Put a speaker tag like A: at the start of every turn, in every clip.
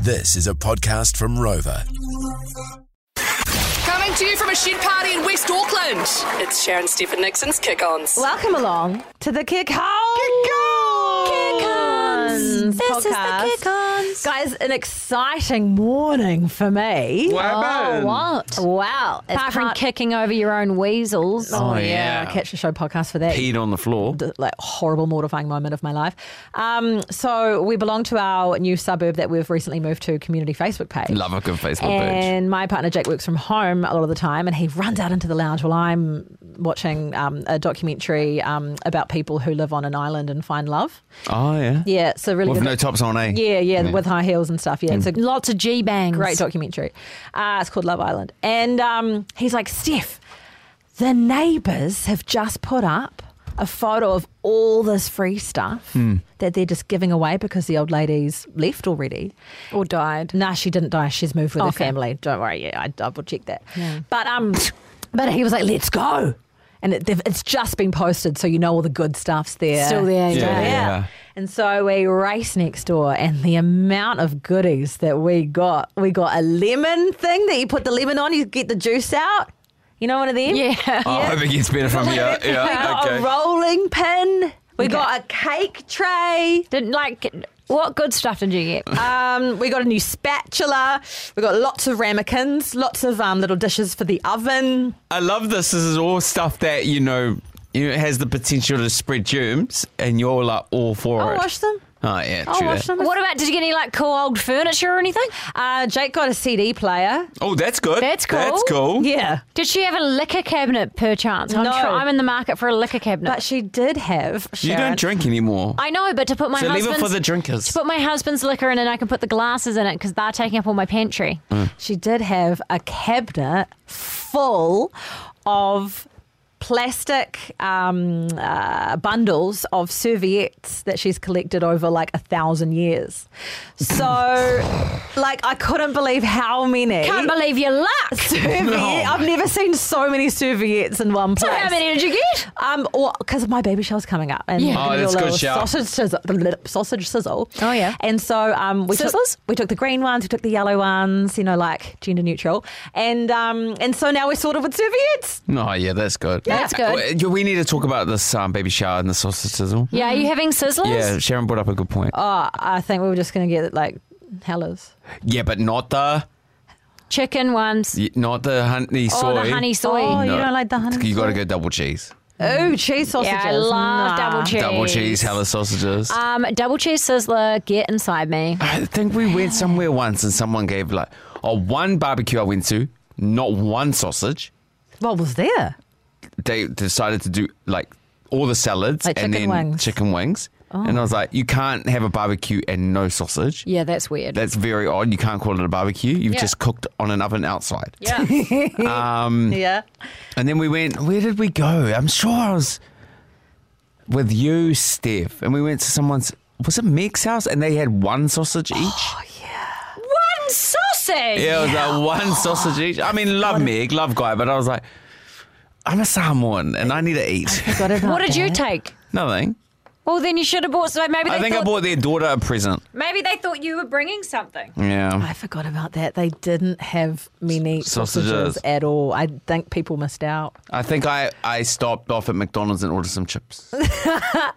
A: This is a podcast from Rover.
B: Coming to you from a shed party in West Auckland. It's Sharon Stephen Nixon's Kick Ons.
C: Welcome along to the Kick Ons.
D: Kick-ons. This is the
C: podcast.
D: Kick-ons.
C: Guys, an exciting morning for me.
D: Oh, what?
C: Wow. It's
D: Apart from
C: part-
D: kicking over your own weasels.
C: Oh, yeah. Catch the show podcast for that.
E: peed on the floor.
C: the, like horrible mortifying moment of my life. Um, so we belong to our new suburb that we've recently moved to community Facebook page.
E: Love a good Facebook page.
C: And my partner Jake works from home a lot of the time, and he runs out into the lounge while I'm watching um, a documentary um, about people who live on an island and find love.
E: Oh yeah.
C: Yeah, it's a really
E: With
C: good.
E: no Mm. tops on, eh?
C: yeah, yeah, with high heels and stuff. Yeah, it's a
D: Lots of G bangs.
C: great documentary. Uh, it's called Love Island, and um, he's like, Steph, the neighbours have just put up a photo of all this free stuff that they're just giving away because the old lady's left already.
D: Or died.
C: Nah, she didn't die. She's moved with her
D: Okay.
C: family. Don't worry. Yeah, I double checked that. But um, but he was like, let's go. And it, they've- it's just been posted, so you know all the good stuff's there.
D: Still there,
C: Still
E: yeah.
C: there.
E: Yeah.
C: And so we race next door, and the amount of goodies that we got. We got a lemon thing that you put the lemon on, you get the juice out. You know one of them?
D: Yeah.
E: Oh, I hope it gets better from here.
C: We
E: Yeah.
C: got
E: Okay.
C: a rolling pin. We got a cake tray.
D: Didn't like. What good stuff did you get?
C: Um, we got a new spatula. We got lots of ramekins, lots of um, little dishes for the oven.
E: I love this. This is all stuff that you know you know, has the potential to spread germs, and you're like all for
C: I'll
E: it.
C: wash them.
E: Oh yeah.
C: I'll
E: true
C: wash
E: that.
C: them.
D: what about? Did you get any like cool old furniture or anything?
C: Uh, Jake got a CD player.
E: Oh, that's good.
D: That's cool.
E: That's cool.
C: Yeah.
D: Did she have a liquor cabinet perchance? I'm,
C: No.
D: I'm in the market for a liquor cabinet.
C: But she did have.
E: You
C: Sharon,
E: don't drink anymore.
D: I know, but to put my
E: so leave
D: husband's
E: it for the drinkers.
D: to put my husband's liquor in, and I can put the glasses in it because they're taking up all my pantry.
C: She did have a cabinet full of plastic um, uh, bundles of serviettes that she's collected over like a thousand years. So, like, I couldn't believe how many.
D: Can't believe your luck.
C: Serviette- I've never seen so many serviettes in one
D: So
C: place.
D: how many did you get?
C: Um, because my baby shower's coming up, and
D: Yeah.
C: we're gonna
E: Oh,
C: do a
E: that's a good
C: little
E: shower.
C: sausage sizzle, sausage sizzle.
D: Oh, yeah.
C: And so um, we
D: Sizzles?
C: took we took the green ones, we took the yellow ones, you know, like gender neutral, and um, and so now we're sorted with serviettes.
E: No, yeah, that's good.
C: Yeah. That's
D: good.
E: Uh, We need to talk about this um, baby shower and the sausage sizzle.
D: Yeah, are you having sizzlers?
E: Yeah, Sharon brought up a good point.
C: Oh, I think we were just gonna get like hellers.
E: yeah, but not the
D: Chicken ones.
E: not the honey soy.
D: Oh, the honey soy.
C: Oh, you don't like the honey?
E: You got to go double cheese.
C: Ooh, cheese sausages.
D: yeah, I love
C: Nah.
D: double cheese.
E: Double cheese, hella sausages.
D: Um, double cheese sizzler, get inside me.
E: I think we went somewhere once and someone gave like, oh, one barbecue I went to, not one sausage.
C: What was there?
E: They decided to do like all the salads
C: Like
E: and
C: chicken
E: then
C: wings.
E: chicken wings. And I was like, you can't have a barbecue and no sausage.
D: Yeah, that's weird.
E: That's very odd. You can't call it a barbecue. You've
D: Yeah.
E: just cooked on an oven outside.
D: yeah. Mm.
C: Yeah.
E: And then we went, where did we go? I'm sure I was with you, Steph. And we went to someone's, was it Meg's house? And they had one sausage each.
D: One sausage.
E: yeah, it was like one sausage each. I mean, love Meg, love Guy, but I was like, I'm a Samoan and I need to eat.
C: Forgot about
D: What did you
C: that.
D: take?
E: Nothing.
D: Well, then you should have bought. So maybe they
E: I think
D: thought,
E: I bought their daughter a present.
D: Maybe they thought you were bringing something.
E: Yeah.
C: I forgot about that. They didn't have many
E: Sausages.
C: sausages at all. I think people missed out.
E: I think I, I stopped off at McDonald's and ordered some chips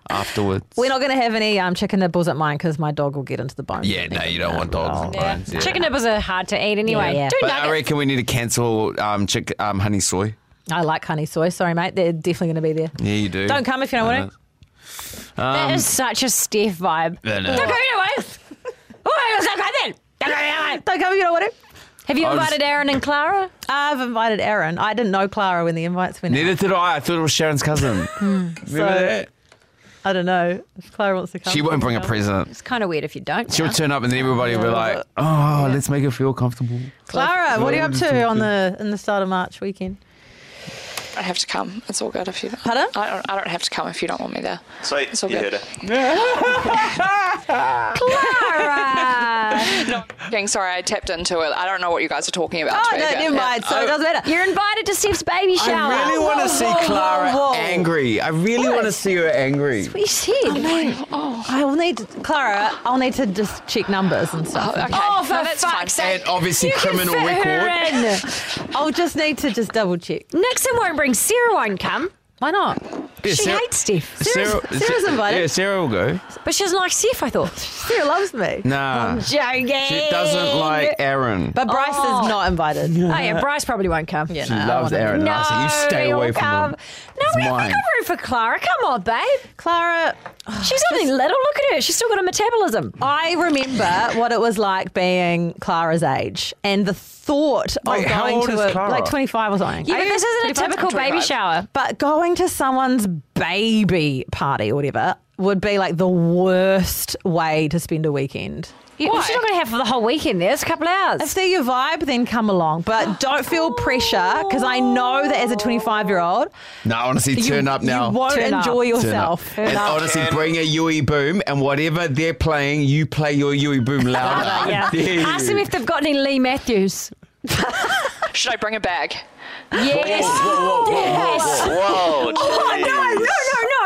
E: afterwards.
C: We're not going to have any um, chicken nibbles at mine because my dog will get into the bone.
E: yeah, no, you don't want dogs and bones. yeah.
D: Chicken nippers are hard to eat anyway.
C: Yeah.
D: Two
E: But I
D: nuggets.
E: reckon we need to cancel um, chick, um, honey soy.
C: I like honey soy. Sorry, mate. They're definitely going to be there.
E: Yeah, you do.
C: Don't come if you don't want to.
D: that is such a Steph vibe.
E: That is.
D: Don't go anyway. oh, it was like that then. Don't go anyway.
C: Don't come if you don't want to.
D: Have you
E: I was-
D: invited Aaron and Clara?
C: I've invited Aaron. I didn't know Clara when the invites went out.
E: Neither did I. I thought it was Sharon's cousin. Remember that?
C: I don't know if Clara wants to come.
E: She won't bring a present.
D: It's kind of weird if you don't.
E: She'll
D: now.
E: turn up and then everybody will be like, oh, let's make her feel comfortable.
C: Clara, what are you up to on the in the start of March weekend?
F: I don't have to come. It's all good if you.
C: Pardon?
F: I don't. I don't have to come if you don't want me there.
G: Sweet.
F: It's all
G: you
F: good.
G: heard it.
F: Being sorry, I tapped into it. I don't know what you guys are talking about.
C: Oh,
F: to
C: no,
F: be fair.
C: never
F: Yeah.
C: mind. So it doesn't matter.
D: You're invited to Steph's baby shower.
E: I really want to see
C: whoa,
E: Clara
C: whoa.
E: angry. I really want to see her angry.
D: You said.
F: Oh,
C: I will need Clara. I'll need to just check numbers and stuff.
F: Okay.
C: Oh,
F: No,
C: for
F: that's
C: fuck's
F: fine.
E: And obviously, criminal
D: Fit
E: record.
D: her
C: sake! I'll just need to just double check.
D: in. Nixon won't bring Sarah. Won't come.
C: Why not?
E: Yeah,
D: she
E: Sarah-
D: hates Steph,
C: Sarah's- Sarah's invited.
E: Yeah, Sarah will go.
D: but she doesn't like Steph. I thought.
C: Sarah loves me,
E: Nah.
D: Joking.
E: She doesn't like Aaron.
C: but Bryce
D: Oh.
C: is not invited.
D: Oh yeah, Bryce probably won't come.
C: Yeah,
E: She
C: no, I
E: loves
C: wanna-
E: Aaron. and I said,
D: No,
E: you stay
D: they all
E: away from
D: come.
E: him.
D: No,
E: It's
D: we have
E: mine.
D: to go room for Clara. Come on, babe.
C: Oh, Clara,
D: She's only little. Look at her. She's still got a metabolism.
C: I remember what it was like being Clara's age and the thought
E: Wait,
C: of
E: how
C: going
E: old
C: to
E: is
C: a
E: Clara?
C: like 25 or something.
D: Yeah, but this isn't a
F: 25,
D: typical baby
F: 25.
D: shower.
C: But going to someone's baby party or whatever would be like the worst way to spend a weekend.
D: You,
F: Why?
D: She's not going to have for the whole weekend. There's a couple hours.
C: If they're your vibe, then come along. But don't feel pressure because I know that as a 25 year old,
E: No, honestly,
C: you,
E: turn up now.
C: you won't
D: Turn up.
C: enjoy
E: Turn up.
C: yourself.
E: And honestly, bring a Yui boom, and whatever they're playing, you play your Yui boom louder.
D: yeah.
E: There you-
D: Ask them if they've got any Lee Matthews.
F: Should I bring a bag?
D: Yes. Yes.
E: Whoa,
D: Oh, no, no, no,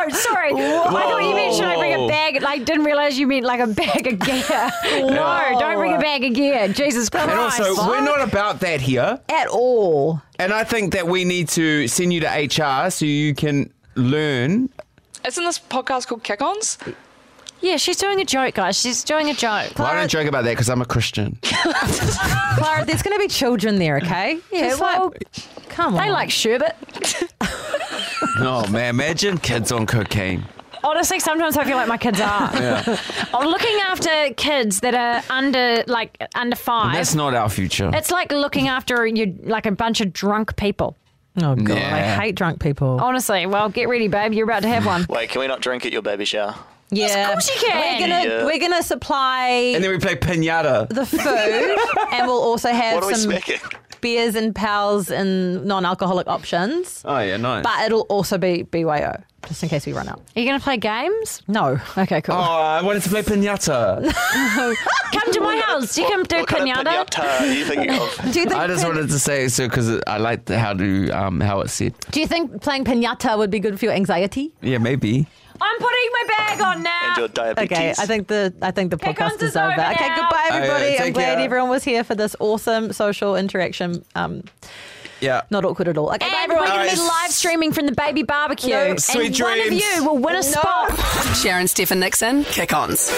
D: no. Sorry. I thought you meant should I bring a
E: Whoa.
D: bag? Like, didn't realize you meant like a bag of gear. no, don't bring a bag of gear. Jesus Christ.
E: And also,
D: Fuck.
E: we're not about that here.
C: At all.
E: And I think that we need to send you to HR so you can learn.
F: Isn't this podcast called Kick Ons?
D: Yeah, she's doing a joke, guys. She's doing a joke.
E: Well, I don't joke about that because I'm a Christian.
C: Clara, there's going to be children there, okay?
D: Yeah,
C: Just like-
D: well,
C: come on.
D: they like sherbet.
E: oh, man, imagine kids on cocaine.
D: Honestly, sometimes I feel like my kids are. Or looking after kids that are under like under five.
E: That's not our future.
D: it's like looking after you like a bunch of drunk people.
C: Oh god,
E: Yeah.
C: I hate drunk people.
D: Honestly, well, get ready, babe. You're about to have one.
G: Wait, can we not drink at your baby shower?
C: yeah,
D: of course you can.
C: We're gonna
G: Yeah.
C: we're gonna supply
E: and then we play pinata.
C: the food, and we'll also have
G: What are we
C: some
G: smacking?
C: beers and pals and non-alcoholic options.
E: Oh, yeah, nice.
C: But it'll also be BYO, just in case we run out.
D: Are you going to play games?
C: No.
D: Okay, cool.
E: oh, I wanted to play pinata.
D: Come to my house. You can do
G: What kind of
D: pinata.
G: pinata are you thinking of?
C: Do you think
E: I just
C: pin-
E: wanted to say so because I liked how to um, how it said.
C: Do you think playing pinata would be good for your anxiety?
E: Yeah, maybe.
D: I'm putting my bag on
G: and your
D: now.
G: diabetes.
C: Okay, I think the I think the
D: Pick
C: podcast
D: ons
C: is
D: is
C: over.
D: over
C: Okay,
D: now.
C: goodbye everybody.
E: Okay,
C: I'm
E: take
C: glad
E: care.
C: everyone was here for this awesome social interaction. Um,
E: Yeah.
C: not awkward at all. Okay, bye
D: And we're
C: everyone.
D: going to be
E: Nice.
D: live streaming from the baby barbecue.
E: No,
D: and
E: sweet
D: one of
E: dreams.
D: you will win a
C: No.
D: spot.
B: Sharon Stephen Nixon, kick ons.